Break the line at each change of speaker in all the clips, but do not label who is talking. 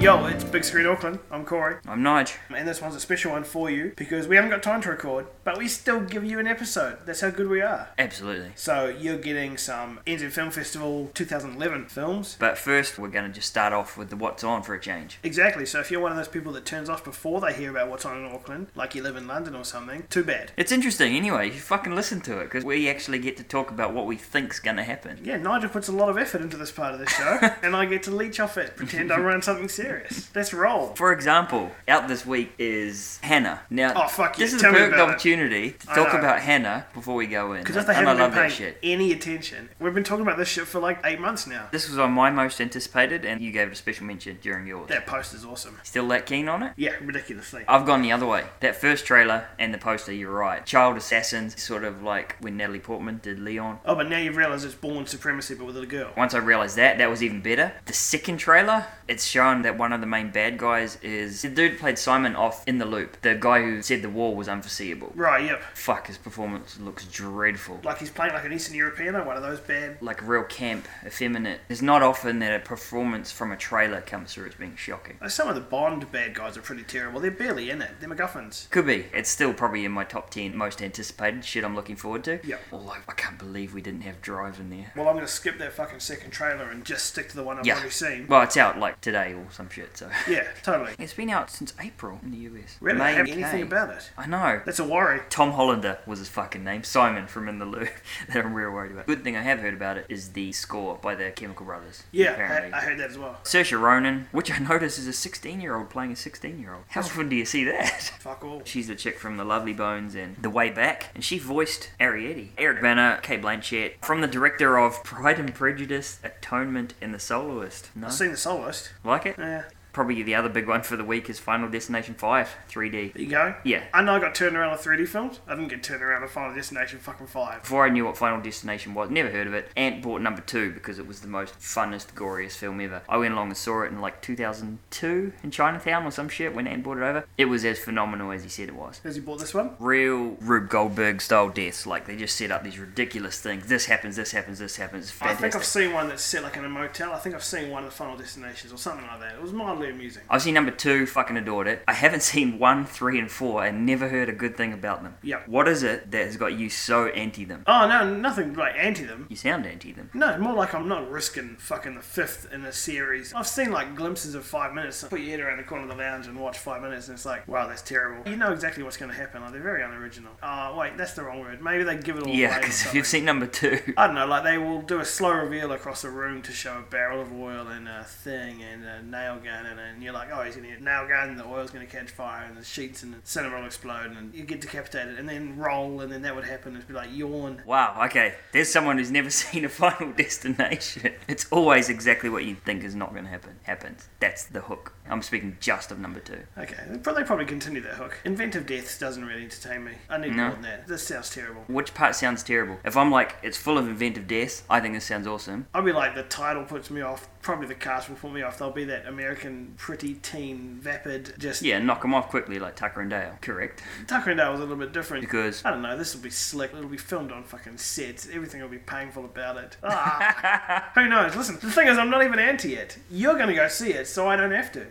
Yo, it's Big Screen Auckland. I'm Corey.
I'm Nige.
And this one's a special one for you because we haven't got time to record, but we still give you an episode. That's how good we are.
Absolutely.
So you're getting some NZ Film Festival 2011 films.
But first, we're going to just start off with the what's on for a change.
Exactly. So if you're one of those people that turns off before they hear about what's on in Auckland, like you live in London or something, too bad.
It's interesting anyway, you fucking listen to it, because we actually get to talk about what we think's going to happen.
Yeah, Nigel puts a lot of effort into this part of the show, and I get to leech off it, pretend I run something serious. Let's roll.
For example, out this week is Hannah. Now,
Oh, fuck
this
yeah,
is
tell
a
me
perfect
about it.
opportunity to
I
talk
know.
about Hannah before we go in.
Because if they
and I
haven't
love
been
that
paying
shit.
any attention, we've been talking about this shit for like eight months now.
This was on my most anticipated, and you gave it a special mention during yours.
That post is awesome.
Still that keen on it?
Yeah, ridiculously.
I've gone the other way. That first trailer and the poster, you're right. Child assassins, sort of like when Natalie Portman did Leon.
Oh, but now you've realised it's born supremacy, but with a girl.
Once I realized that, that was even better. The second trailer, it's shown that one of the main bad guys is the dude played Simon off in the loop. The guy who said the war was unforeseeable.
Right, yep.
Fuck, his performance looks dreadful.
Like he's playing like an Eastern European or one of those bad.
Like real camp, effeminate. It's not often that a performance from a trailer comes through as being shocking.
Oh, Some of the Bond bad guys are pretty terrible. They're barely in it. They're MacGuffins.
Could be. It's still probably in my top 10 most anticipated shit I'm looking forward to.
Yeah.
Although, I can't believe we didn't have Drive in there.
Well, I'm going to skip that fucking second trailer and just stick to the one I've
Yeah.
already seen.
Well, it's out like today or some shit, so.
Yeah, totally.
It's been out since April in the US.
Really,
May,
have
okay.
anything about it.
I know.
That's a worry.
Tom Hollander was his fucking name. Simon from In the Loop. that I'm real worried about. Good thing I have heard about it is the score by the Chemical Brothers.
Yeah,
apparently.
I, I heard that as well.
Saoirse Ronan, which I notice is a 16 year old playing a 16 year old. How often do you see that?
Fuck all.
She's the chick from The Lovely Bones and The Way Back, and she voiced Arietti. Eric Banner, Kate Blanchett, from the director of Pride and Prejudice, Atonement, and The Soloist. No?
I've seen the soloist.
Like it?
Yeah,
Probably the other big one for the week is Final Destination 5 3D.
there you go.
Yeah,
I know I got turned around on 3D films. I didn't get turned around on Final Destination fucking 5.
Before I knew what Final Destination was, never heard of it. Ant bought number two because it was the most funnest, goriest film ever. I went along and saw it in like 2002 in Chinatown or some shit when Ant bought it over. It was as phenomenal as he said it was.
Has he bought this one?
Real Rube Goldberg style deaths, like they just set up these ridiculous things. This happens, this happens, this happens. It's
I think I've
Fantastic.
seen one that's set like in a motel. I think I've seen one of the Final Destinations or something like that. It was mildly amusing.
I've seen number two, fucking adored it. I haven't seen one, three, and four, and never heard a good thing about them.
Yep.
What is it that has got you so anti them?
Oh no, nothing like anti them.
You sound anti them.
No, more like I'm not risking fucking the fifth in a series. I've seen like glimpses of five minutes. Put your head around the corner of the lounge and watch five minutes, and it's like, wow, that's terrible. You know exactly what's going to happen. Like they're very unoriginal. Oh wait, that's the wrong word. Maybe they give it all away.
Yeah,
or
because if you've
something.
seen number two,
I don't know, like they will do a slow reveal across a room to show a barrel of oil and a thing and a nail gun, and, and you're like, oh, he's going to get a nail gun, the oil's going to catch fire, and the sheets and the cinema will explode, and you get decapitated, and then roll, and then that would happen, and it'd be like, yawn.
Wow, okay. There's someone who's never seen a final destination. It's always exactly what you think is not going to happen. Happens. That's the hook. I'm speaking just of number two.
Okay, they probably, they probably continue that hook. Inventive deaths doesn't really entertain me. I need
No.
more than that. This sounds terrible.
Which part sounds terrible? If I'm like, it's full of inventive deaths, I think this sounds awesome.
I'll be like, the title puts me off, probably the cast will put me off. They'll be that American pretty teen, vapid, just.
Yeah, knock them off quickly like Tucker and Dale. Correct.
Tucker and Dale was a little bit different.
Because.
I don't know. This will be slick. It'll be filmed on fucking sets. Everything will be painful about it. Ah, who knows? Listen, the thing is, I'm not even anti it. You're going to go see it, so I don't have to.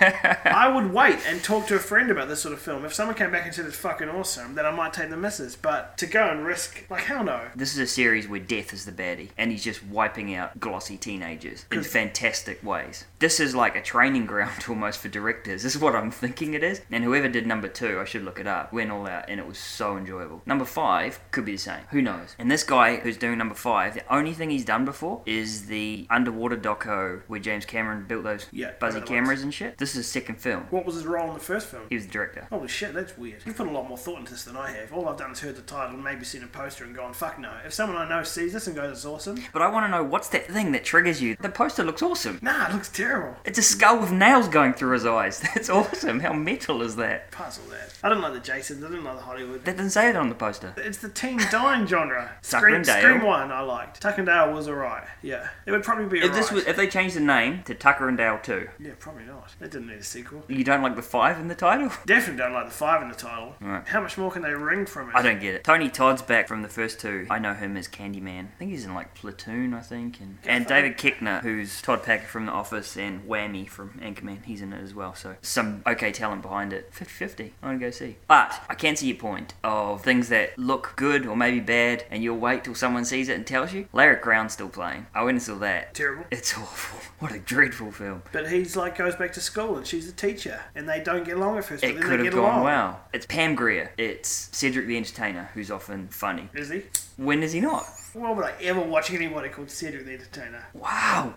I would wait and talk to a friend about this sort of film. If someone came back and said it's fucking awesome, then I might take the misses. But to go and risk, like, hell no.
This is a series where death is the baddie, and he's just wiping out glossy teenagers in fantastic ways. This is like a training ground almost for directors. This is what I'm thinking it is. And whoever did number two, I should look it up, went all out, and it was so enjoyable. Number five could be the same. Who knows? And this guy who's doing number five, the only thing he's done before is the underwater doco where James Cameron built those
Yeah,
buzzy
I know the
cameras and shit. This is his second film.
What was his role in the first film?
He was the director.
Holy shit, that's weird. You've put a lot more thought into this than I have. All I've done is heard the title and maybe seen a poster and gone, fuck no. If someone I know sees this and goes, it's awesome,
But I want to know what's that thing that triggers you? The poster looks awesome.
nah, it looks terrible.
It's a skull with nails going through his eyes. That's awesome. How metal is that?
Puzzle that. I don't like the Jasons. I don't like the Hollywood.
That didn't say it on the poster.
It's the teen dying genre.
Tucker
Scream,
and Dale.
Scream One, I liked. Tuck and Dale was alright. Yeah, it would probably be
If this
alright.
was, if they changed the name to Tucker and Dale 2,
Yeah, probably not. They didn't need a sequel.
you don't like the five in the title?
Definitely don't like the five in the title.
Right.
How much more can they wring from it?
I don't get it. Tony Todd's back from the first two. I know him as Candyman. I think he's in like Platoon, I think, and and David Keckner, who's Todd Packer from The Office and Whammy from from Anchorman. He's in it as well. So some okay talent behind it. 50-50. I want to go see. But I can see your point of things that look good or maybe bad, and you'll wait till someone sees it and tells you. Larry Crown's still playing. I went and saw that.
Terrible.
It's awful. What a dreadful film.
But he's like goes back to school and she's a teacher and they don't get along at first. But
It
then
could
they
have
get
gone
along.
well. It's Pam Grier. It's Cedric the Entertainer, who's often funny.
Is he?
When is he not?
Why would I ever watch anybody called Cedric the Entertainer?
Wow.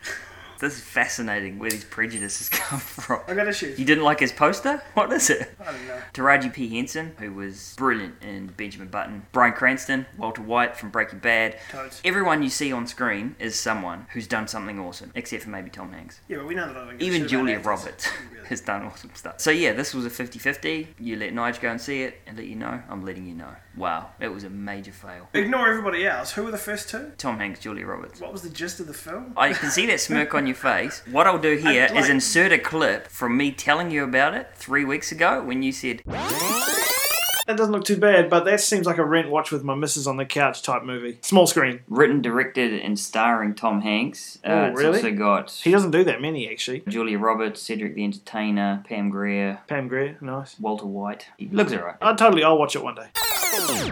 This is fascinating where these prejudices come from.
I got issues.
You didn't like his poster? What is it?
I don't know.
Taraji P. Henson, who was brilliant in Benjamin Button, Brian Cranston, Walter White from Breaking Bad.
Toads.
Everyone you see on screen is someone who's done something awesome, except for maybe Tom Hanks.
Yeah, but we know that I don't give a
Even
shit about
Julia
actors.
Roberts
Really.
has done awesome stuff. So, yeah, this was a 50 50. You let Nige go and see it and let you know. I'm letting you know. Wow, it was a major fail.
Ignore everybody else. Who were the first two?
Tom Hanks, Julia Roberts.
What was the gist of the film?
I can see that smirk on your face. What I'll do here is
like-
insert a clip from me telling you about it three weeks ago when you said,
That doesn't look too bad, but that seems like a rent watch with my missus on the couch type movie. Small screen.
written, directed, and starring Tom Hanks. Uh,
Oh,
it's
really?
also got
He doesn't do that many actually.
Julia Roberts, Cedric the Entertainer, Pam Grier,
Pam Grier, nice.
Walter White. He looks alright.
I totally, I'll watch it one day.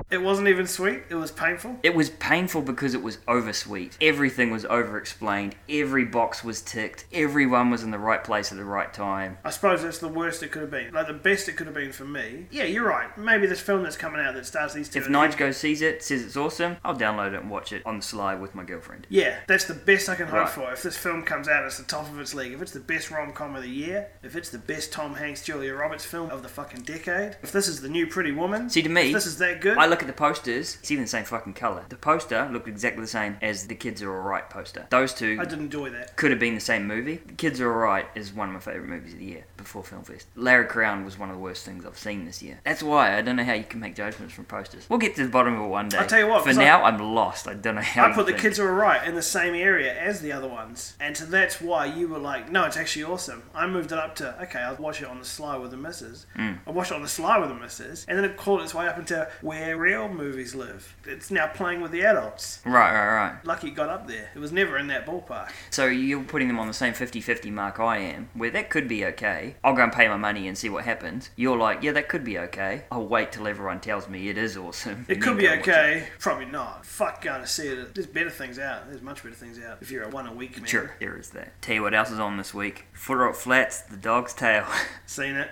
It wasn't even sweet. It was painful.
It was painful because it was oversweet. Everything was over explained. Every box was ticked. Everyone was in the right place at the right time.
I suppose that's the worst it could have been. Like the best it could have been for me. Yeah, you're right. Maybe this film that's coming out that stars these two.
If Nige goes sees it, says it's awesome, I'll download it and watch it on the sly with my girlfriend.
Yeah, that's the best I can hope
Right.
for. If this film comes out, it's the top of its league. If it's the best rom com of the year, if it's the best Tom Hanks Julia Roberts film of the fucking decade, if this is the new Pretty Woman,
See, to me,
if this is that good.
I look at the posters, it's even the same fucking colour. The poster looked exactly the same as the Kids Are Alright poster. Those two
I did enjoy that.
could have been the same movie. The Kids Are Alright is one of my favourite movies of the year before Film Fest. Larry Crown was one of the worst things I've seen this year. That's why I don't know how you can make judgments from posters. We'll get to the bottom of it one day.
I'll tell you what,
For
'cause I-
now, I, am lost. I don't know how.
I
you
put the
think.
kids are alright in the same area as the other ones, and so that's why you were like, "No, it's actually awesome." I moved it up to okay, I'll watch it on the sly with the missus.
Hmm.
I watched it on the sly with the missus, and then it called its way up into where real movies live. It's now playing with the adults.
Right, right, right.
Lucky it got up there. It was never in that ballpark.
So you're putting them on the same 50-50 mark I am, where that could be okay. I'll go and pay my money and see what happens. You're like, yeah, that could be okay. I'll wait till everyone tells me it is awesome.
It
and
could
then
be
go watch it.
okay. Probably not. Fuck going to see it. There's better things out. There's much better things out. If you're a one a week man.
Sure, there is that. Tell you what else is on this week. Footer Up Flats, The Dog's Tail.
Seen it.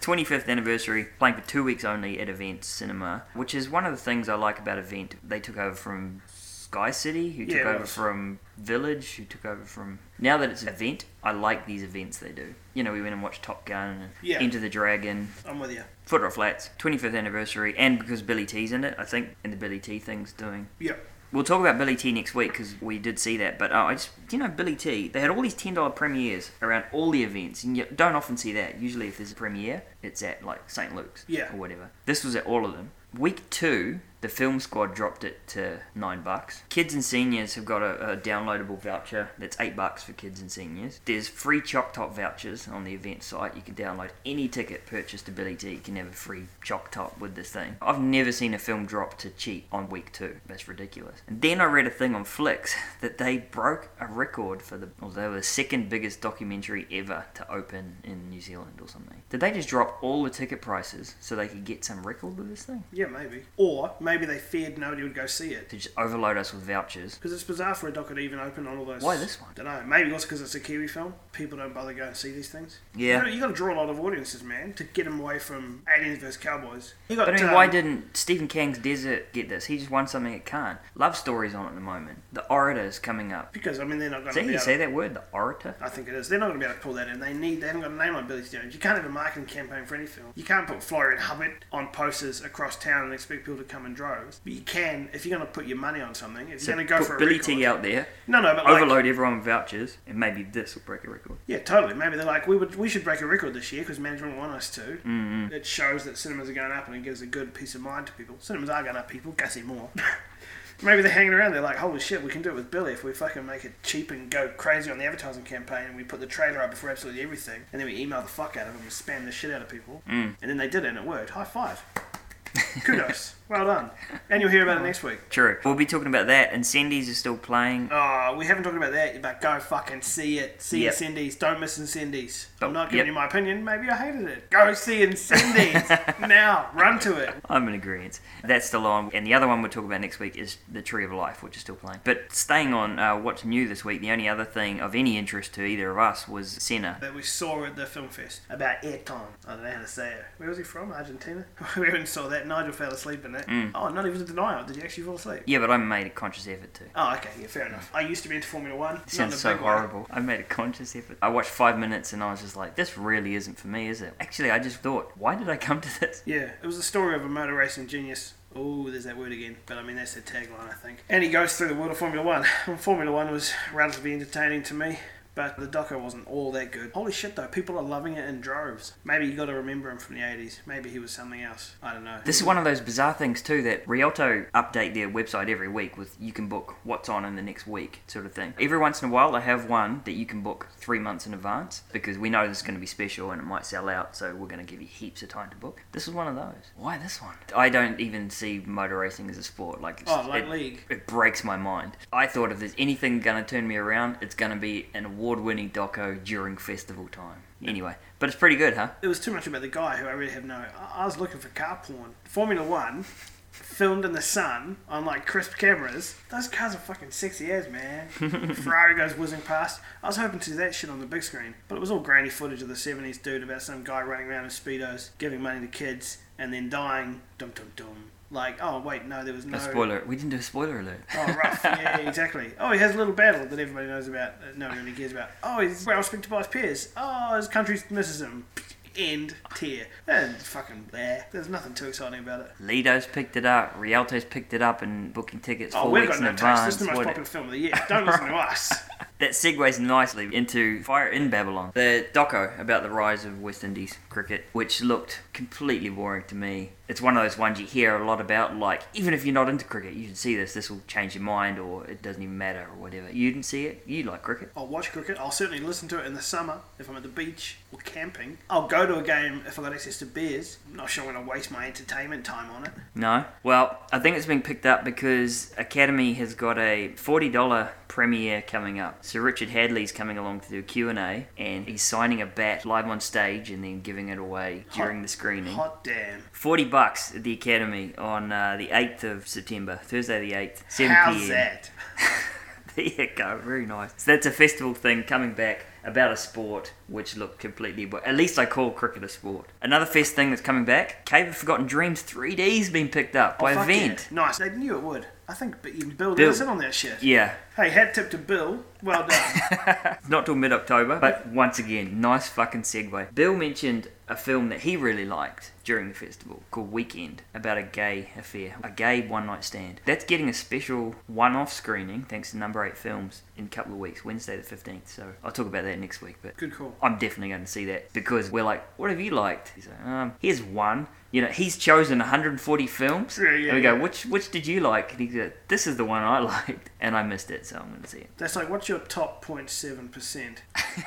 25th anniversary, playing for two weeks only at Event Cinema, which is one of the things I like about Event. They took over from Sky City, who took
Yeah, it
over
was.
from Village, who took over from. Now that it's Event, I like these events they do. You know, we went and watched Top Gun, and
Yeah.
Enter the Dragon,
I'm with you.
Footer Up Flats, 25th anniversary, and because Billy T's in it, I think, and the Billy T thing's doing
Yeah.
We'll talk about Billy T next week because we did see that. But uh, I just, do you know, Billy T, they had all these $10 premieres around all the events, and you don't often see that. Usually, if there's a premiere, it's at like St. Luke's
Yeah.
or whatever. This was at all of them. Week two, the film squad dropped it to nine bucks. Kids and seniors have got a, a downloadable voucher that's eight bucks for kids and seniors. There's free Chalk Top vouchers on the event site. You can download any ticket purchased to Billy T. You can have a free Chalk Top with this thing. I've never seen a film drop to cheap on week two. That's ridiculous. And then I read a thing on Flix that they broke a record for the, or they were the second biggest documentary ever to open in New Zealand or something. Did they just drop all the ticket prices so they could get some record with this thing?
Yeah, maybe. Or maybe they feared nobody would go see it.
To just overload us with vouchers.
Because it's bizarre for a doc to even open on all those.
Why this one?
don't know. Maybe also because it's a Kiwi film. People don't bother going to see these things.
Yeah.
You, gotta- you got to draw a lot of audiences, man, to get them away from Aliens vs. Cowboys. You got,
But I mean,
um,
why didn't Stephen King's Desert get this? He just won something it can't. Love Story's on at the moment. The Orator is coming up.
Because, I mean, they're not going
Is
to
that how
be
you
able
say that word? The Orator?
I think it is. They're not going to be able to pull that in. They need. They haven't got a name on Billy Jones. You can't have a marketing campaign for any film. You can't put Florian Hubbard on posters across town and expect people to come in droves. But you can if you're going to put your money on something. If
So
you're going to go
put
for a
Billy
record.
T out there,
No, no, but like,
overload everyone with vouchers, and maybe this will break a record.
yeah, totally. Maybe they're like, we would, we should break a record this year because management want us to. mm It shows that cinemas are going up and it gives a good peace of mind to people. Cinemas are going up, people. Go see more. Maybe they're hanging around. They're like, "Holy shit, we can do it with Billy if we fucking make it cheap and go crazy on the advertising campaign, and we put the trailer up before absolutely everything, and then we email the fuck out of them and spam the shit out of people." Mm. And then they did it, and it worked. High five. Kudos. Well done. And you'll hear about it next week.
True. We'll be talking about that, and Cindy's is still playing.
Oh, we haven't talked about that, yet, but go fucking see it. See
Yep.
Incendies. Don't miss Incendies.
Oh,
I'm not giving
yep.
you my opinion. Maybe I hated it. Go see Incendies. now. Run to it.
I'm in agreement. That's still on. And the other one we'll talk about next week is The Tree of Life, which is still playing. But staying on uh, what's new this week, the only other thing of any interest to either of us was Senna.
That we saw at the film fest about Ayrton. I don't know how to say it. Where was he from? Argentina? we even saw that. Nigel fell asleep in that.
Mm.
Oh, not even a denial. Did you actually fall asleep?
Yeah, but I made a conscious effort to.
Oh, okay. Yeah, fair enough. I used to be into Formula One. Not in a
Sounds so
big way.
horrible. I made a conscious effort. I watched five minutes and I was just like, this really isn't for me, is it? Actually, I just thought, why did I come to this?
Yeah, it was the story of a motor racing genius. Oh, there's that word again. But I mean, that's the tagline, I think. And he goes through the world of Formula One. And Formula One was relatively entertaining to me, but the doco wasn't all that good. Holy shit, though, people are loving it in droves. Maybe you got to remember him from the 80s. Maybe he was something else. I don't know.
This is one of those bizarre things too that Rialto update their website every week with you can book what's on in the next week sort of thing. Every once in a while they have one that you can book three months in advance because we know this is going to be special and it might sell out, so we're going to give you heaps of time to book. This is one of those. Why this one? I don't even see motor racing as a sport. Like it's-
Oh, like
it-
League.
it breaks my mind. I thought if there's anything going to turn me around, it's going to be an award-winning doco during festival time. Anyway, but it's pretty good, huh?
It was too much about the guy who I really have no. I- I was looking for car porn. Formula One, filmed in the sun on like crisp cameras. Those cars are fucking sexy as man. Ferrari goes whizzing past. I was hoping to see that shit on the big screen, but it was all grainy footage of the '70s dude about some guy running around in speedos, giving money to kids, and then dying. Dum dum dum. Like, oh wait, no, there was no.
A spoiler. We didn't do a spoiler alert.
Oh, rough. Yeah, yeah, exactly. Oh, he has a little battle that everybody knows about, that no one really cares about. Oh, he's well speak to by his peers. Oh, his country misses him. End tier. And fucking there. There's nothing too exciting about it.
Lido's picked it up, Rialto's picked it up and booking tickets
Oh,
four
we've
weeks
got
in
no taste. This
advance.
is the most
What-
popular film of the year. Don't listen to us.
that segues nicely into Fire in Babylon, the doco about the rise of West Indies cricket, which looked completely boring to me. It's one of those ones you hear a lot about, like, even if you're not into cricket, you should see this, this will change your mind, or it doesn't even matter, or whatever. You didn't see it, you like cricket.
I'll watch cricket. I'll certainly listen to it in the summer if I'm at the beach or camping. I'll go to a game if I've got access to beers. I'm not sure I'm going to waste my entertainment time on it.
No. Well, I think it's been picked up because Academy has got a $40 premiere coming up. So Richard Hadley's coming along to do a Q&A and he's signing a bat live on stage and then giving it away during the screening.
Hot damn.
40 bucks at the Academy on uh, the 8th of September, Thursday the 8th, 7
How's
p.m.
that?
there you go, very nice. So that's a festival thing coming back about a sport which looked completely. But at least I call cricket a sport. Another fest thing that's coming back. Cave of Forgotten Dreams 3D's been picked up by
Oh, Fuck yeah.
Vent.
Nice. They knew it would. I think but you can build
Bill.
us in on that shit.
Yeah,
Hey, hat tip to Bill. Well done.
not till mid October, but once again, nice fucking segue. Bill mentioned a film that he really liked during the festival called Weekend about a gay affair, a gay one night stand. That's getting a special one off screening thanks to number eight films in a couple of weeks, Wednesday the 15th. So I'll talk about that next week, but
Good call.
I'm definitely going to see that because we're like, what have you liked? He's like, um, here's one. You know, he's chosen 140 films.
Yeah, yeah,
and we go,
yeah.
which which did you like? And he goes, this is the one I liked, and I missed it, so I'm going to see
That's like, what's your top 0.7%?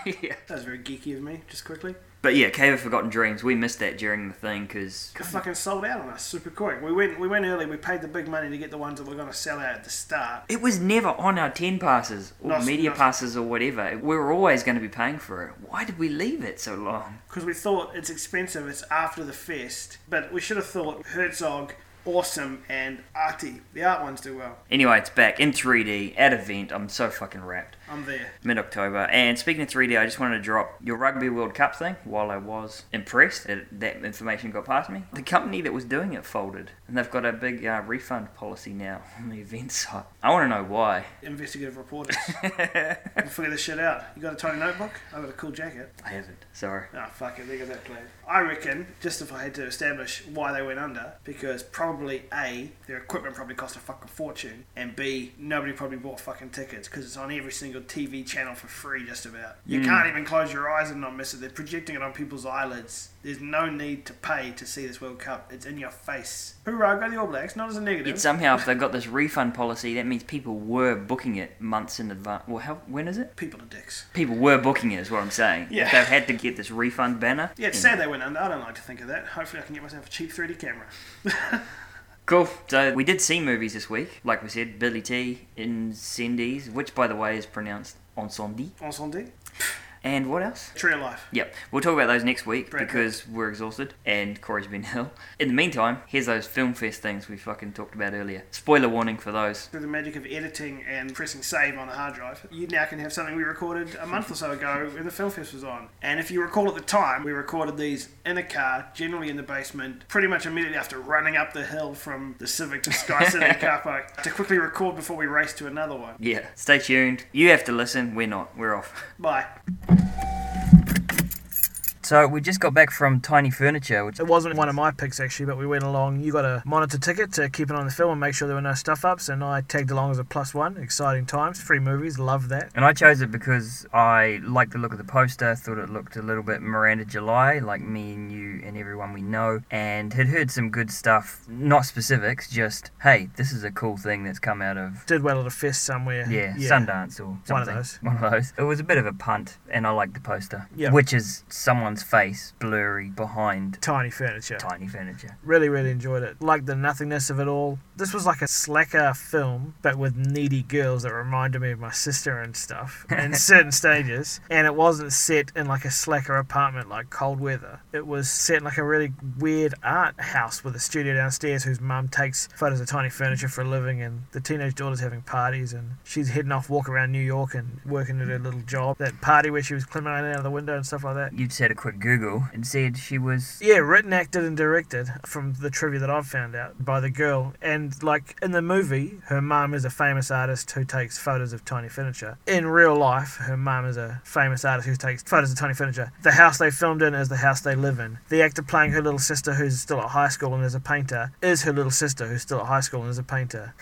it. yeah.
That was very geeky of me, just quickly.
But yeah, Cave of Forgotten Dreams, we missed that during the thing because.
It fucking sold out on us super quick. We went we went early, we paid the big money to get the ones that we're going to sell out at the start.
It was never on our 10 passes or
Nice,
media
nice.
passes or whatever. We were always going to be paying for it. Why did we leave it so long?
Because we thought it's expensive, it's after the fest. But we should have thought Herzog, Awesome, and Artie. The art ones do well.
Anyway, it's back in 3D at event. I'm so fucking wrapped.
I'm there.
Mid October. And speaking of 3D, I just wanted to drop your Rugby World Cup thing while I was impressed that that information got past me. The company that was doing it folded, and they've got a big uh, refund policy now on the event site. I want to know why.
Investigative reporters. We'll figure this shit out. You got a tiny notebook? I got a cool jacket.
I haven't. Sorry.
Ah, fuck it, they got that plan. I reckon, just if I had to establish why they went under, because probably A, their equipment probably cost a fucking fortune, and B, nobody probably bought fucking tickets, because it's on every single TV channel for free, just about. You can't even close your eyes and not miss it. They're projecting it on people's eyelids. There's no need to pay to see this World Cup. It's in your face. Hoorah, go the All Blacks, not as a negative.
Yet somehow, if they've got this refund policy, that means people were booking it months in advance. Well, how, when is it?
people are dicks.
People were booking it, is what I'm saying.
Yeah.
If they've had to get this refund banner.
Yeah, it's
then-
sad they went under. I don't like to think of that. Hopefully I can get myself a cheap 3D camera.
Cool. So we did see movies this week. Like we said, Billy T, Incendies, which by the way is pronounced Incendie.
Encendé?
And what else?
Tree of Life.
Yep, we'll talk about those next week
Brad Pitt.
because we're exhausted and Corey's been ill. In the meantime, here's those film fest things we fucking talked about earlier. Spoiler warning for those.
Through the magic of editing and pressing save on a hard drive, you now can have something we recorded a month or so ago when the film fest was on. And if you recall at the time, we recorded these in a car, generally in the basement, pretty much immediately after running up the hill from the Civic to Sky City car park to quickly record before we raced to another one.
Yeah, stay tuned. You have to listen. We're not. We're off.
Bye.
So we just got back from Tiny Furniture, which
It wasn't one of my picks actually, but we went along. You got a monitor ticket to keep an eye on the film and make sure there were no stuff ups, and I tagged along as a plus one. Exciting times, free movies, love that.
and I chose it because I liked the look of the poster. Thought it looked a little bit Miranda July, like me and you and everyone we know, and had heard some good stuff. Not specifics, just hey, this is a cool thing that's come out of
Did well at a fest somewhere.
Yeah, Sundance or something.
One of those.
One of those. It was a bit of a punt, and I liked the poster,
Yeah.
which is someone's face blurry behind
Tiny furniture.
tiny furniture.
Really, really enjoyed it. Liked the nothingness of it all. This was like a slacker film, but with needy girls that reminded me of my sister and stuff in certain stages. And it wasn't set in like a slacker apartment like cold weather. It was set in like a really weird art house with a studio downstairs whose mum takes photos of tiny furniture for a living and the teenage daughter's having parties and she's heading off walk around New York and working at her little job. That party where she was climbing out of the window and stuff like that.
You'd said a quick Google and said she was.
Yeah, written, acted, and directed from the trivia that I've found out by the girl. And like in the movie, her mum is a famous artist who takes photos of tiny furniture. In real life, her mum is a famous artist who takes photos of tiny furniture. The house they filmed in is the house they live in. The actor playing her little sister, who's still at high school and is a painter, is her little sister, who's still at high school and is a painter.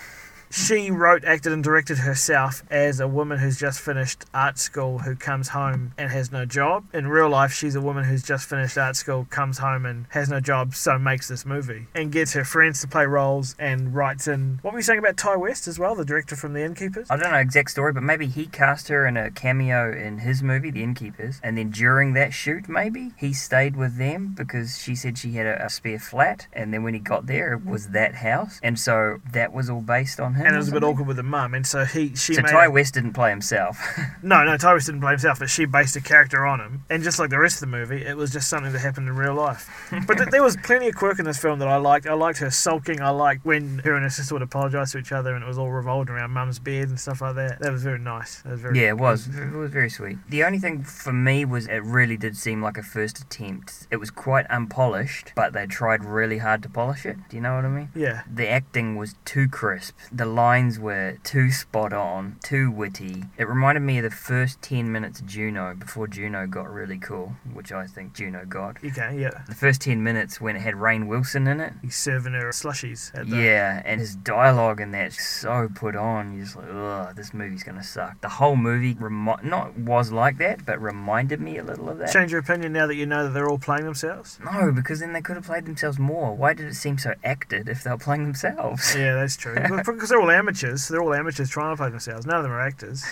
She wrote, acted, and directed herself as a woman who's just finished art school who comes home and has no job. In real life, she's a woman who's just finished art school, comes home and has no job, so makes this movie and gets her friends to play roles and writes in. What were you saying about Ty West as well, the director from The Innkeepers?
I don't know exact story, but maybe he cast her in a cameo in his movie, The Innkeepers, and then during that shoot, maybe he stayed with them because she said she had a, a spare flat, and then when he got there, it was that house, and so that was all based on him.
And it
or
was a bit
something.
awkward with the mum, and so he she
So
made
Ty
a-
West didn't play himself.
No, no, Tyrus didn't blame himself, but she based a character on him. And just like the rest of the movie, it was just something that happened in real life. But th- there was plenty of quirk in this film that I liked. I liked her sulking. I liked when her and her sister would apologise to each other and it was all revolving around mum's bed and stuff like that. That was very nice. That was very
Yeah, it was. It was very sweet. The only thing for me was it really did seem like a first attempt. It was quite unpolished, but they tried really hard to polish it. Do you know what I mean?
Yeah.
The acting was too crisp. The lines were too spot on, too witty. It reminded me of the first 10 minutes of Juno before Juno got really cool, which I think Juno got.
Okay, yeah.
The first 10 minutes when it had Rain Wilson in it.
He's serving her slushies at the
Yeah, and his dialogue in that's so put on. You're just like, ugh, this movie's gonna suck. The whole movie remi- not was like that, but reminded me a little of that.
Change your opinion now that you know that they're all playing themselves?
No, because then they could have played themselves more. Why did it seem so acted if they were playing themselves?
Yeah, that's true. Because they're all amateurs. They're all amateurs trying to play themselves. None of them are actors.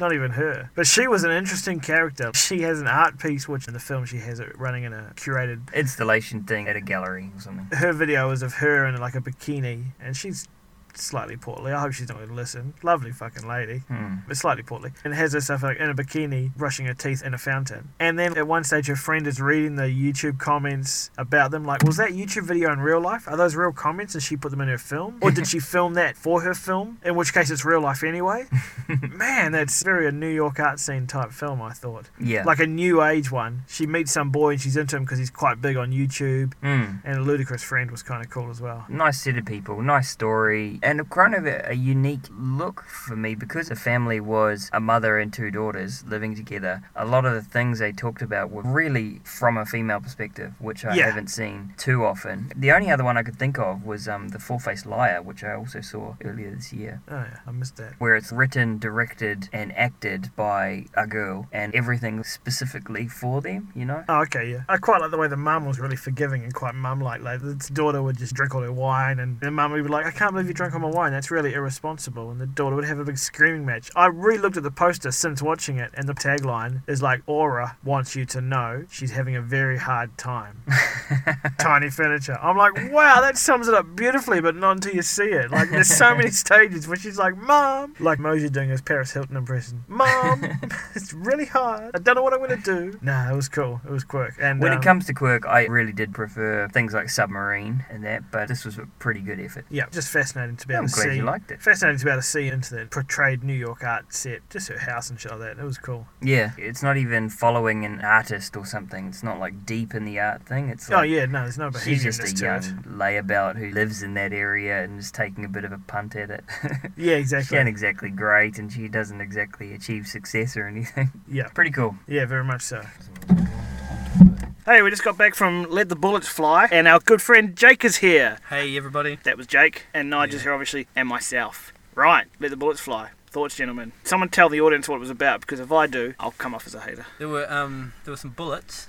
Not even her. But she was an interesting character. She has an art piece, which in the film she has it running in a curated.
Installation thing at a gallery or something.
Her video is of her in like a bikini, and she's slightly portly. I hope she's not going to listen. Lovely fucking lady.
Hmm.
But slightly portly. And has herself like, in a bikini, brushing her teeth in a fountain. And then at one stage, her friend is reading the YouTube comments about them. Like, was that YouTube video in real life? Are those real comments? And she put them in her film? Or did she film that for her film? In which case, it's real life anyway. Man, that's very a New York art scene type film, I thought.
Yeah.
Like a new age one. She meets some boy and she's into him because he's quite big on YouTube.
Hmm.
And a ludicrous friend was kind of cool as well.
Nice set of people, nice story, and a kind of a, a unique look for me because the family was a mother and two daughters living together. A lot of the things they talked about were really from a female perspective, which I
Yeah.
haven't seen too often. The only other one I could think of was um, The Four Faced Liar, which I also saw earlier this year.
Oh, yeah, I missed that.
Where it's written, directed, and acted by a girl, and everything specifically for them, you know?
Oh, okay, yeah. I quite like the way the mum was really forgiving and quite mum like. Like, the daughter would just drink all her wine, and the mum would be like, I can't believe you drank drunk on my wine. That's really irresponsible. And the daughter would have a big screaming match. I re looked at the poster since watching it, and the tagline is like Aura wants you to know she's having a very hard time. Tiny furniture. I'm like, wow, that sums it up beautifully, but not until you see it. Like, there's so many stages where she's like, Mom, like Mosey doing his Paris Hilton impression. Mom, it's really hard. I don't know what I'm going to do. Nah, it was cool. It was quirk. And
When
um,
it comes to Quirk, I really did prefer things like Submarine and that, but this was a pretty good effort.
Yeah, just fascinating to be
I'm
able to
glad
see.
you liked it.
Fascinating to be able to see into the portrayed New York art set, just her house and shit like that. It was cool.
Yeah, it's not even following an artist or something. It's not like deep in the art thing. It's like
oh yeah, no, there's no
she's just
behemousness
a
to
young
it.
layabout who lives in that area and is taking a bit of a punt at it.
Yeah,
she
exactly.
ain't exactly great, and she doesn't exactly achieve success or anything.
Yeah,
Pretty cool.
yeah, very much so. Hey, we just got back from Let the Bullets Fly, and our good friend Jake is here.
Hey everybody.
That was Jake, and Nigel's here, obviously, and myself. Right, Let the Bullets Fly. Thoughts, gentlemen. Someone tell the audience what it was about, because if I do, I'll come off as a hater.
There were um there were some bullets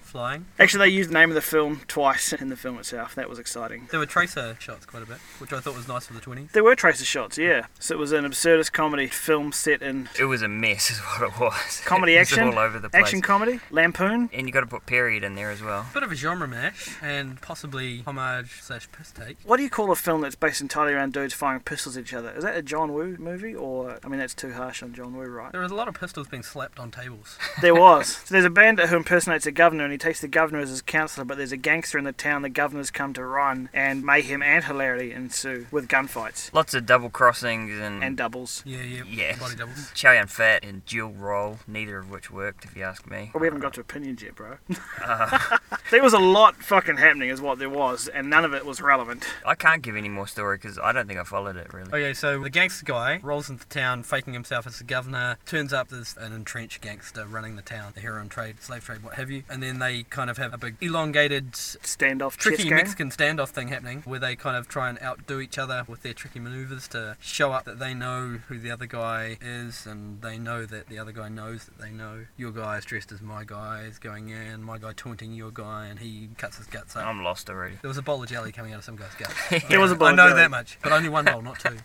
flying.
Actually, they used the name of the film twice in the film itself. That was exciting.
There were tracer shots quite a bit, which I thought was nice for the 20s.
There were tracer shots, yeah. So it was an absurdist comedy film set in
It was a mess, is what it was.
Comedy
It was
action?
all over the place.
action comedy, lampoon.
and you got to put period in there as well.
Bit of a genre mash and possibly homage slash piss take.
What do you call a film that's based entirely around dudes firing pistols at each other? Is that a John Woo movie, or I mean, that's too harsh on John Woo, right?
There was a lot of pistols being slapped on tables.
There was. So there's a bandit who impersonates a governor, and he takes the governor as his counselor. But there's a gangster in the town. The governor's come to run, and mayhem and hilarity ensue with gunfights
Lots of double crossings and,
and doubles.
Yeah, yeah.
Yeah.
Body doubles.
cherry and fat and dual roll, neither of which worked, if you ask me.
Well, we haven't got to opinions yet, bro. there was a lot fucking happening, is what there was, and none of it was relevant.
I can't give any more story because I don't think I followed it really.
Okay, so the gangster guy rolls into town faking himself as the governor, turns up as an entrenched gangster running the town, the heroin trade, slave trade, what have you, and then they kind of have a big elongated
Standoff, chess
tricky
game.
Mexican standoff thing happening where they kind of try and outdo each other with their tricky maneuvers to show up that they know who the other guy is and they know that the other guy knows that they know your guy is dressed as my guy is going in, my guy taunting your guy and he cuts his guts up.
I'm lost already.
there was a bowl of jelly coming out of some guy's gut.
There was a bowl
I
of
know
jelly.
that much, but only one bowl, not two.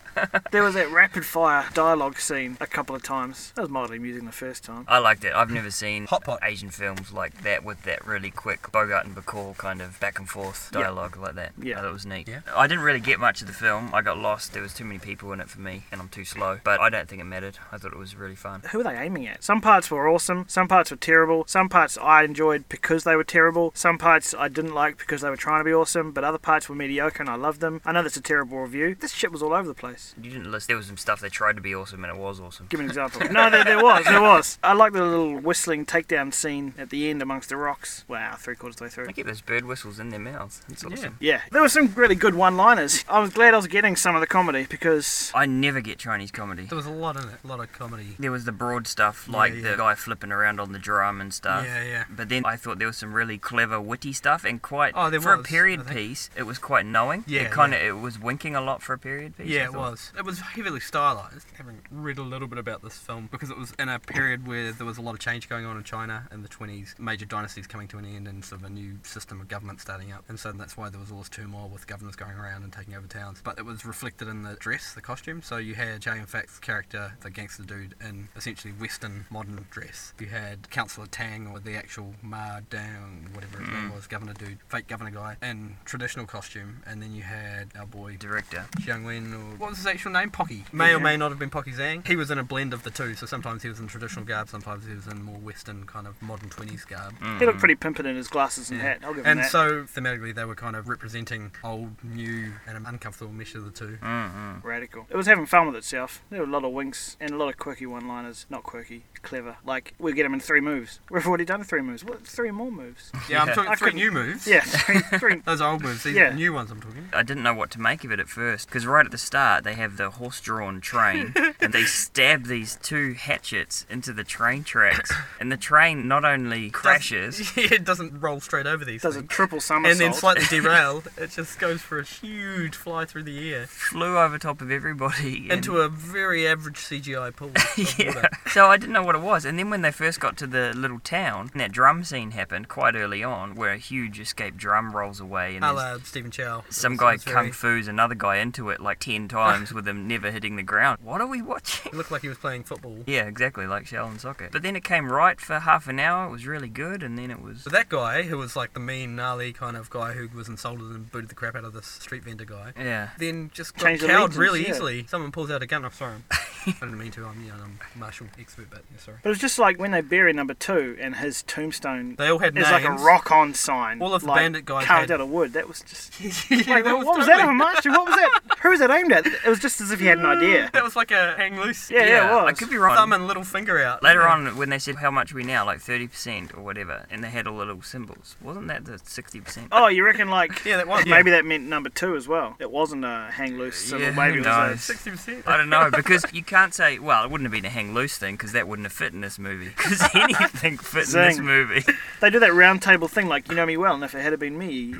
There was that rapid fire dialogue scene a couple of times. That was mildly amusing the first time.
I liked it. I've never seen
Hot pot.
Asian films like that with that really quick Bogart and Bacall kind of back and forth
Yeah.
dialogue like that.
Yeah.
I thought it was neat.
Yeah.
I didn't really get much of the film. I got lost. There was too many people in it for me, and I'm too slow. But I don't think it mattered. I thought it was really fun.
Who were they aiming at? Some parts were awesome, some parts were terrible, some parts I enjoyed because they were terrible, some parts I didn't like because they were trying to be awesome, but other parts were mediocre and I loved them. I know that's a terrible review. This shit was all over the place.
You didn't list. There was some stuff they tried to be awesome, and it was awesome.
Give me an example. No, there, there was, there was. I like the little whistling takedown scene at the end amongst the rocks. Wow, three quarters of the way through.
They get those bird whistles in their mouths. It's awesome.
Yeah, there were some really good one-liners. I was glad I was getting some of the comedy because
I never get Chinese comedy.
There was a lot in it, a lot of comedy.
There was the broad stuff, like
yeah.
the guy flipping around on the drum and stuff.
Yeah, yeah.
But then I thought there was some really clever, witty stuff, and quite
Oh, there
for a
was, I
period
think.
piece, it was quite knowing.
Yeah,
it kind of it was winking a lot for a period piece. I
Yeah, it
thought.
was. It was heavily stylized. Having read a little bit about this film, because it was in a period where there was a lot of change going on in China in the 20s, major dynasties coming to an end, and sort of a new system of government starting up. And so that's why there was all this turmoil with governors going around and taking over towns. But it was reflected in the dress, the costume. So you had Jay and Fax's character, the gangster dude, in essentially Western modern dress. You had Councillor Tang, or the actual Ma Dang, whatever his name was, governor dude, fake governor guy, in traditional costume. And then you had our boy
Director.
Jiang Wen, or what was his actual name? Pocky. May or may not have been Pocky Zhang. He was in a blend of the two, so sometimes he was in traditional garb, sometimes he was in more Western kind of modern 20s garb.
Mm.
he looked pretty pimpin' in his glasses and hat. I'll give him
and
that.
so thematically, they were kind of representing old, new, and an uncomfortable mesh of the two.
Mm.
Radical. It was having fun with itself. There were a lot of winks and a lot of quirky one-liners. Not quirky, clever. Like we get him in three moves. We've already done three moves. What? Three more moves?
Yeah, I'm talking
I
three
couldn't-
new moves.
Yeah, three. three.
Those are old moves, these
Yeah.
are new ones I'm talking.
I didn't know what to make of it at first, because right at the start they have the horse-drawn train, and they stab these two hatchets into the train tracks, and the train not only crashes
shears.
it doesn't roll straight over these
Does a
things.
triple somersault.
and then slightly derailed. It just goes for a huge fly through the air
Flew over top of everybody. and-
into a very average CGI pool. Of
yeah.
water.
So I didn't know what it was. And then when they first got to the little town, and that drum scene happened quite early on, where a huge escaped drum rolls away and
A
there's
la Stephen Chow.
some
It
guy
was
kung
very-
fu's another guy into it like 10 times with him never hitting the ground. What are we watching?
It looked like he was playing football.
Yeah, exactly, like Shell and Socket. But then it came right for half an hour, it was really good, and then it was.
So that guy, who was like the mean, gnarly kind of guy who was insulted and booted the crap out of this street vendor guy,
Yeah.
then just got
Changed the
cowed
allegiance,
really
yeah.
easily. Someone pulls out a gun. I'm sorry. I didn't mean to. I'm, you know, I'm a martial expert, but yeah, sorry.
But it was just like when they bury number two and his tombstone
They all had
is like
names.
a rock on sign.
All of the
like,
bandit guys
carved out
had-
of wood. That was just.
Yeah,
Wait,
that
what was
totally-
that of a march? What was that? Who was that aimed at? It was just as if he had an idea.
That was like a hang loose.
Yeah, yeah, it was.
I could be wrong.
Thumb and little finger out.
Later
Yeah.
on, when they said how much we now, like 30% or whatever, and they had all the little symbols, wasn't that the 60%?
Oh, you reckon like
Yeah, that was.
maybe that meant number two as well? It wasn't a hang loose symbol.
Yeah,
maybe
who
it was.
knows?
A,
60%.
I don't know because you can't say. Well, it wouldn't have been a hang loose thing because that wouldn't have fit in this movie. Because anything fit in this
Zing.
movie.
they do that round table thing, like you know me well, and if it had been me,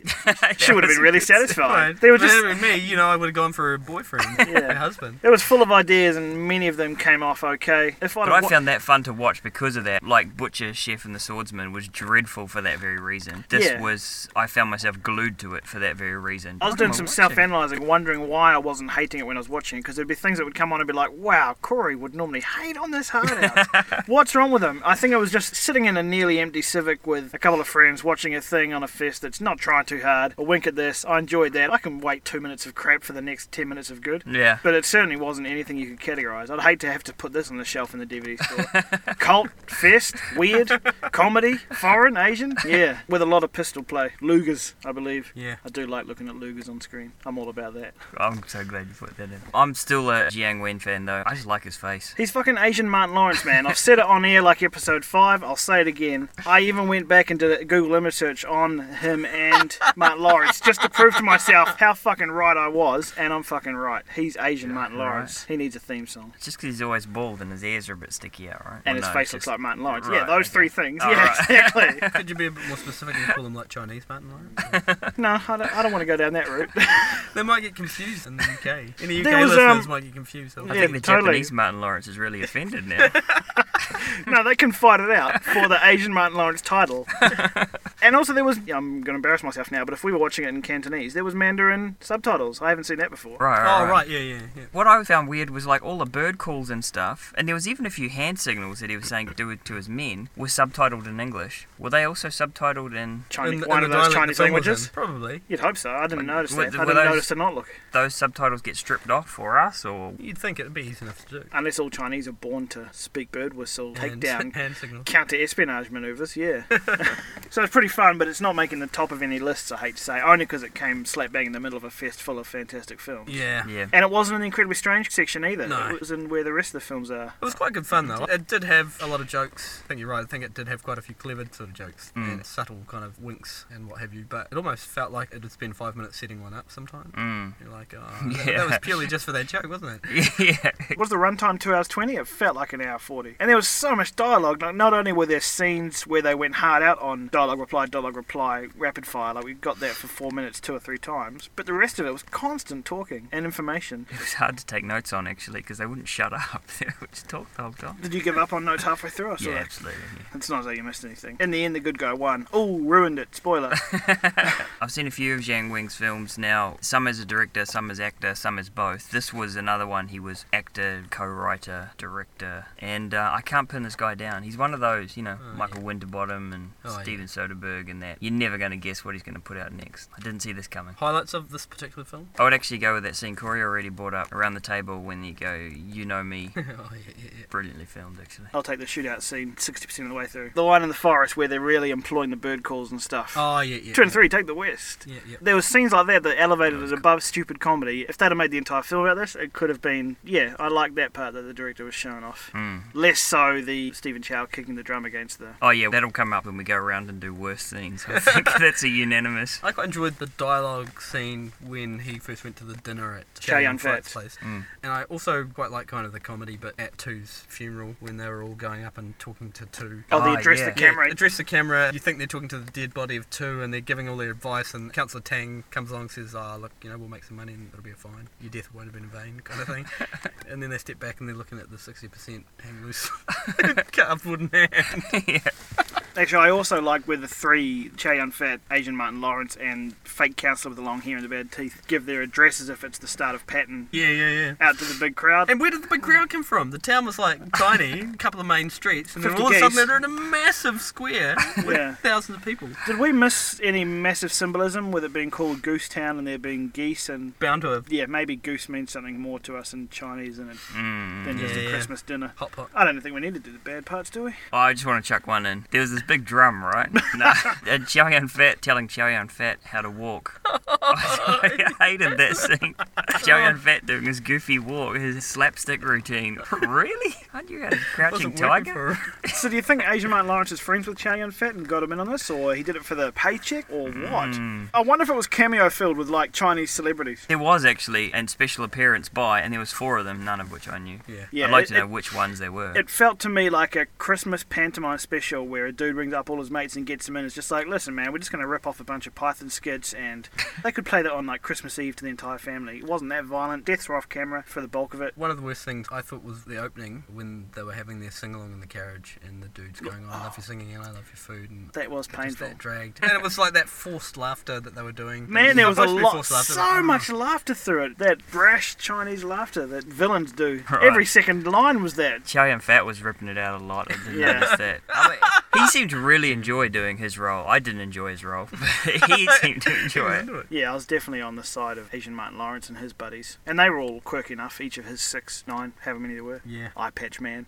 she would have
was
been really
good
satisfied.
Right.
They were
But
just.
anyway, me, you know, I would have gone for a boyfriend,
Yeah.
a husband.
It was full of ideas, and many of them came off okay. If I'd
But
have
I
wa-
found that fun to watch because of that. Like Butcher, Chef, and the Swordsman was dreadful for that very reason. This
Yeah.
was. I found myself glued to it for that very reason.
I was
What
doing
am I
some
watching?
self analysing, wondering why I wasn't hating it when I was watching it, because there'd be things that would come on and be like, wow, Corey would normally hate on this hard out. What's wrong with him? I think I was just sitting in a nearly empty Civic with a couple of friends watching a thing on a fest that's not trying too hard. A wink at this, I enjoyed that. I can wait two minutes of crap for the next 10 minutes of good.
Yeah.
But it certainly wasn't anything you could categorise. I'd hate to have to put this on the shelf in the DVD store. Cult, fest, weird, comedy, foreign, Asian. Yeah, with a lot of pistol play. Lugers, I believe.
Yeah.
I do like looking at Lugers on screen. I'm all about that.
I'm so glad you put that in. I'm still a Jiang Wen fan though. I just like his face.
He's fucking Asian Martin Lawrence, man. I've said it on air like episode five. I'll say it again. I even went back and did a Google image search on him and Martin Lawrence just to prove to myself how fucking right I was, and I'm fucking right. He's Asian Martin
right.
Lawrence. He needs a theme song.
It's just because he's always bald and his ears are a bit sticky out, right?
And
Or
his
no,
face
it's
looks
just-
like Martin Lawrence. yeah,
Right,
those
okay.
three things.
All
yeah,
right.
exactly.
Could you be a bit more specific and call him like Chinese Martin Lawrence?
No, I don't, I don't want to go down that route.
They might get confused in the UK. Any
There
UK
was,
listeners
um,
might get confused.
I
Yeah,
think the
totally.
Japanese Martin Lawrence is really offended now.
no, they can fight it out for the Asian Martin Lawrence title. and also, there was. I'm going to embarrass myself now, but if we were watching it in Cantonese, there was Mandarin subtitles. I haven't seen that before.
right, right,
Oh, right, yeah, yeah, yeah.
What I found weird was like all the bird calls and stuff, and there was even a few hand signals that he was saying to to his men were subtitled in English. Were they also subtitled in
Chinese,
In the-
one
in
of
the
those
dialect the
Chinese
film was
languages.
in. Probably.
You'd hope so. I didn't notice
were-
that. I
were
didn't
those-
notice to not look.
those subtitles get stripped off for us or
You'd think it'd be easy enough to do.
Unless all Chinese are born to speak bird whistle, Ah, take
And
down
hand signal.
counter espionage maneuvers, yeah. so it's pretty fun, but it's not making the top of any lists, I hate to say, only because it came slap bang in the middle of a fest full of fantastic films.
Yeah.
yeah.
And it wasn't an incredibly strange section either.
No.
It was in where the rest of the films are.
It was quite good fun though. It did have a lot of jokes. I think you're right. I think it did have quite a few clever sort of jokes
Mm.
and subtle kind of winks and what have you. But it almost felt like it would spend five minutes setting one up sometimes.
Mm.
You're like, oh, that,
Yeah.
that was purely just for that joke, wasn't it?
yeah.
Was the runtime two hours twenty? It felt like an hour forty, and there was so much dialogue. Like not only were there scenes where they went hard out on dialogue reply, dialogue reply, rapid fire, like we got that for four minutes two or three times, but the rest of it was constant talking and information.
It was hard to take notes on actually because they wouldn't shut up. They would just talk the whole time.
Did you give up on notes halfway through? I saw
Yeah,
that.
absolutely. yeah.
It's not as though you missed anything. In the end, the good guy won. Oh, ruined it. Spoiler.
I've seen a few of Zhang Wing's films now, some as a director, some as actor, some as both. This was another one he was actor, co writer, director, and uh, I can't pin this guy down. He's one of those, you know,
Oh,
Michael Winterbottom and
Oh, yeah.
Steven Soderbergh and that. You're never going to guess what he's going to put out next. I didn't see this coming.
Highlights of this particular film.
I would actually go with that scene Corey already brought up around the table when you go, You Know Me.
oh yeah, yeah, yeah.
Brilliantly filmed, actually.
I'll take the shootout scene 60% of the way through. The one in the forest where they're really employing the bird calls and stuff.
Oh yeah, yeah.
Two and three, take the west.
Yeah, Oh, yeah.
There was scenes like that that elevated
That was
it above stupid comedy. If they'd have made
Hmm.
the entire film about this, it could have been, yeah, I like that part that the director was showing off.
Mm.
Less so the the Stephen Chow kicking the drum against the.
Oh yeah, that'll come up when we go around and do worse things. I think that's a unanimous.
I quite enjoyed the dialogue scene when he first went to the dinner at
Chow Yun Fat's.
Fat's place. And I also quite like kind of the comedy bit at Two's funeral when they were all going up and talking to Two.
Oh, they
Ah,
address
yeah.
the camera.
Yeah, address the camera. You think they're talking to the dead body of two, and they're giving all their advice. And Councillor Tang comes along, and says, "Ah, look, you know, we'll make some money, and it'll be a fine. Your death won't have been in vain," kind of thing. and then they step back, and they're looking at the sixty percent hang loose cardboard man.
Actually, I also like where the three Che Yun Fat, Asian Martin Lawrence, and fake counselor with the long hair and the bad teeth give their addresses if it's the start of Patton
Yeah, yeah, yeah.
out to the big crowd.
And where did the big crowd come from? The town was like tiny, a couple of main streets, and then
50
all of a sudden
Ks.
they're in a massive square with
Yeah.
thousands of people.
Did we miss any massive symbolism with it being called Goose Town and there being geese and
Bound to a
yeah, maybe goose means something more to us in Chinese than, it, than just
Yeah,
a
yeah.
Christmas dinner.
hot pot.
I don't think we need to do the bad parts, do we?
Oh, I just want to chuck one in. There was this big drum, right? no, and Chow Yun Fat telling Chow Yun Fat how to walk. I hated that scene. Chow Yun Fat doing his goofy walk, his slapstick routine. Really? Aren't you a crouching
Wasn't working
tiger?
for-
So do you think Asian Martin Lawrence is friends with Chow Yun Fat and got him in on this, or he did it for the paycheck, or what? I wonder if it was cameo filled with like Chinese celebrities.
There was actually and special appearance by, and there was four of them, none of which I knew.
Yeah.
Yeah,
I'd like
it-
to know
it-
which ones they were.
It felt to me like a Christmas pantomime special where a dude rings up all his mates and gets them in. It's just like, listen, man, we're just going to rip off a bunch of Python skits, and they could play that on like Christmas Eve to the entire family. It wasn't that violent. Deaths were off camera for the bulk of it.
One of the worst things I thought was the opening when they were having their sing along in the carriage and the dude's going, I love your singing and I love your food. And
That was
just
painful.
that dragged. And it was like that forced laughter that they were doing.
Man, there
It
was a
supposed to be
lot,
forced laughter,
so
but- mm.
much laughter through it. That brash Chinese laughter that villains do.
Right.
Every second line was that.
Chow Yun Fat was ripping it out a lot. I didn't
Yeah.
notice that. I mean, he seemed to really enjoy doing his role. I didn't enjoy his role, but he seemed to enjoy it.
Into it.
Yeah, I was definitely on the side of Asian Martin Lawrence and his buddies. And they were all quirky enough, each of his six, nine, however many there were.
Yeah.
Eye Patch Man.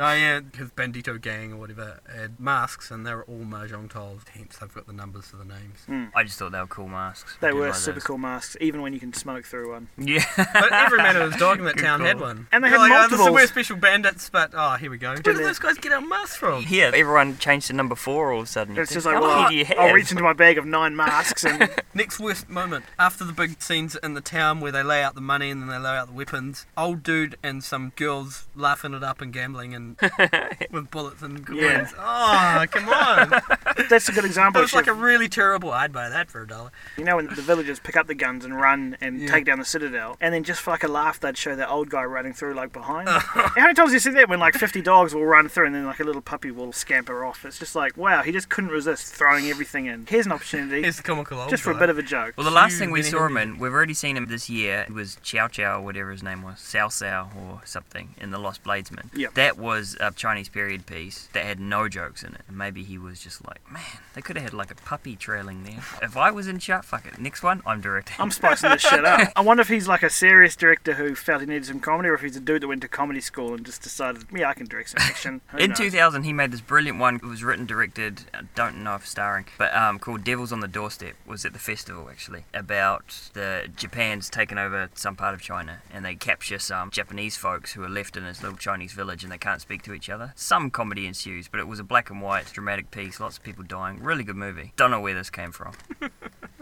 Oh, yeah, his bandito gang or whatever had masks and they were all Mahjong tiles. Hence, they've got the numbers for the names.
I just thought they were cool masks. I
They
did
were
like
super
those.
cool masks, even when you can smoke through one.
Yeah.
But every man who was dogging that
Good
town had
call.
one.
And they
They're
had
like, oh, this is-
multiples.
we're special bandits, but oh, here we go. Where did those guys get our masks from?
Yeah, everyone changed to number four all of a sudden. "Oh, You
It's
think,
just like,
how
well,
many do you
I-
have?
I'll reach into my bag of nine masks and
Next worst moment after the big scenes in the town where they lay out the money and then they lay out the weapons. Old dude and some girls laughing it up and gambling and with bullets and
Yeah.
guns. Oh, come on! That
that's a good example.
was like a
Shiv.
really terrible. I'd buy that for a dollar.
You know when the villagers pick up the guns and run and
Yeah.
take down the citadel, and then just for like a laugh, they'd show that old guy running through like behind. How many times have you see that when like fifty dogs will run through and then like a little puppy will scamper off? It's just like wow, he just couldn't resist throwing everything in. Here's an opportunity,
Here's the comical old
just for a
guy.
bit of a joke.
well, the last
You
thing we
really
saw him
haven't-
in, we've already seen him this year. It was Chow Chow, whatever his name was, Sao Sao or something in The Lost Bladesman.
Yep.
That was a Chinese period piece that had no jokes in it. And maybe he was just like, man, they could have had like a puppy trailing there. If I was in chat, fuck it. Next one, I'm directing.
I'm spicing this shit up. I wonder if he's like a serious director who felt he needed some comedy, or if he's a dude that went to comedy school and just decided, yeah, I can direct some action. Who
In
knows?
2000, he made this brilliant one. It was written, directed, I don't know if starring, but um, called Devils on the Doorstep. Was at the festival actually about the Japan's taken over some part of China and they capture some Japanese folks who are left in this little Chinese village and they can't speak to each other. Some comedy ensues, but it was a black and white dramatic piece. Lots of people dying. Really good movie. Don't know where this came from.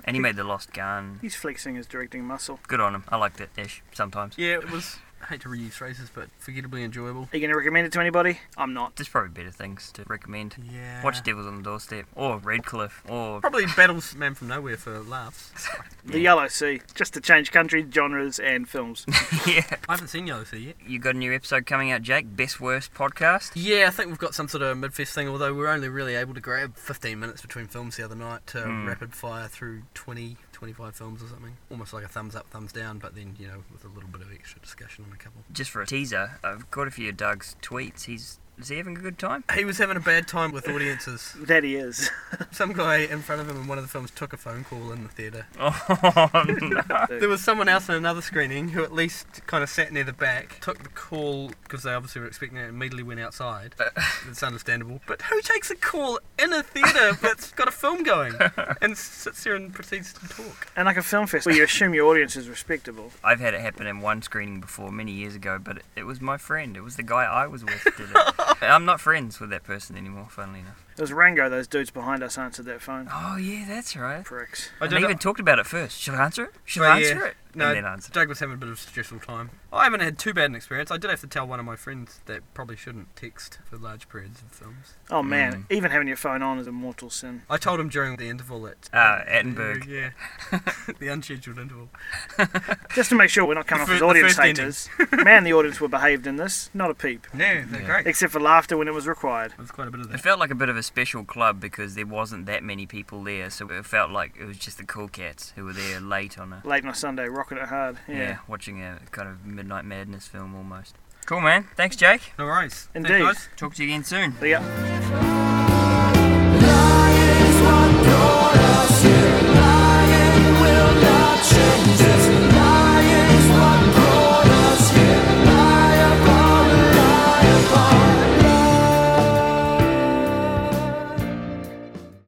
and he made The Lost Gun.
He's flexing his directing muscle.
Good on him. I liked it ish sometimes.
Yeah, it was. I hate to reuse phrases, but forgettably enjoyable.
Are you going to recommend it to anybody? I'm not.
There's probably better things to recommend.
Yeah.
Watch Devils on the Doorstep or Redcliffe or
Probably battles man from nowhere for laughs.
The Yellow Sea, just to change country, genres, and films.
yeah.
I haven't seen Yellow Sea yet.
You got a new episode coming out, Jake. Best worst podcast.
Yeah, I think we've got some sort of midfest thing, although we were only really able to grab 15 minutes between films the other night to rapid fire through 20, 25 films or something. Almost like a thumbs up, thumbs down, but then, you know, with a little bit of extra discussion on a couple.
Just for a teaser, I've got a few of Doug's tweets. He's is he having a good time?
He was having a bad time with audiences.
that he is.
Some guy in front of him in one of the films took a phone call in the theatre.
Oh,
Um,
no.
There was someone else in another screening who at least kind of sat near the back, took the call because they obviously were expecting it, and immediately went outside.
Uh.
it's understandable. But who takes a call in a theatre that's got a film going and sits there and proceeds to talk?
And like a film fest where you assume your audience is respectable.
I've had it happen in one screening before many years ago, but it, it was my friend. It was the guy I was with. Did it. I'm not friends with that person anymore, funnily enough.
It was Rango, those dudes behind us answered that phone.
Oh, yeah, that's right.
Pricks.
I
And
did
they even
it-
talked about it first. Should I answer it? Should
but
I answer
yeah,
it?
No,
and then answer.
Doug was having a bit of a stressful time. I haven't had too bad an experience. I did have to tell one of my friends that probably shouldn't text for large periods of films.
Oh man, even having your phone on is a mortal sin.
I told him during the interval at
Ah, Attenberg.
Yeah, the unscheduled interval.
Just to make sure we're not coming off
The
as
fir- the
audience
first
haters. Man, the audience were behaved in this. Not a peep.
No, they're
Yeah.
great.
Except for laughter when it was required.
It was quite a bit of
It
that.
felt like a bit of a special club because there wasn't that many people there, so it felt like it was just the cool cats who were there late on a
Late on a Sunday, rocking it hard. Yeah.
yeah, watching a kind of midnight madness film almost. Cool man, thanks Jake.
No worries. Thanks,
Indeed.
guys.
Talk to you again soon.
So, yeah.
If I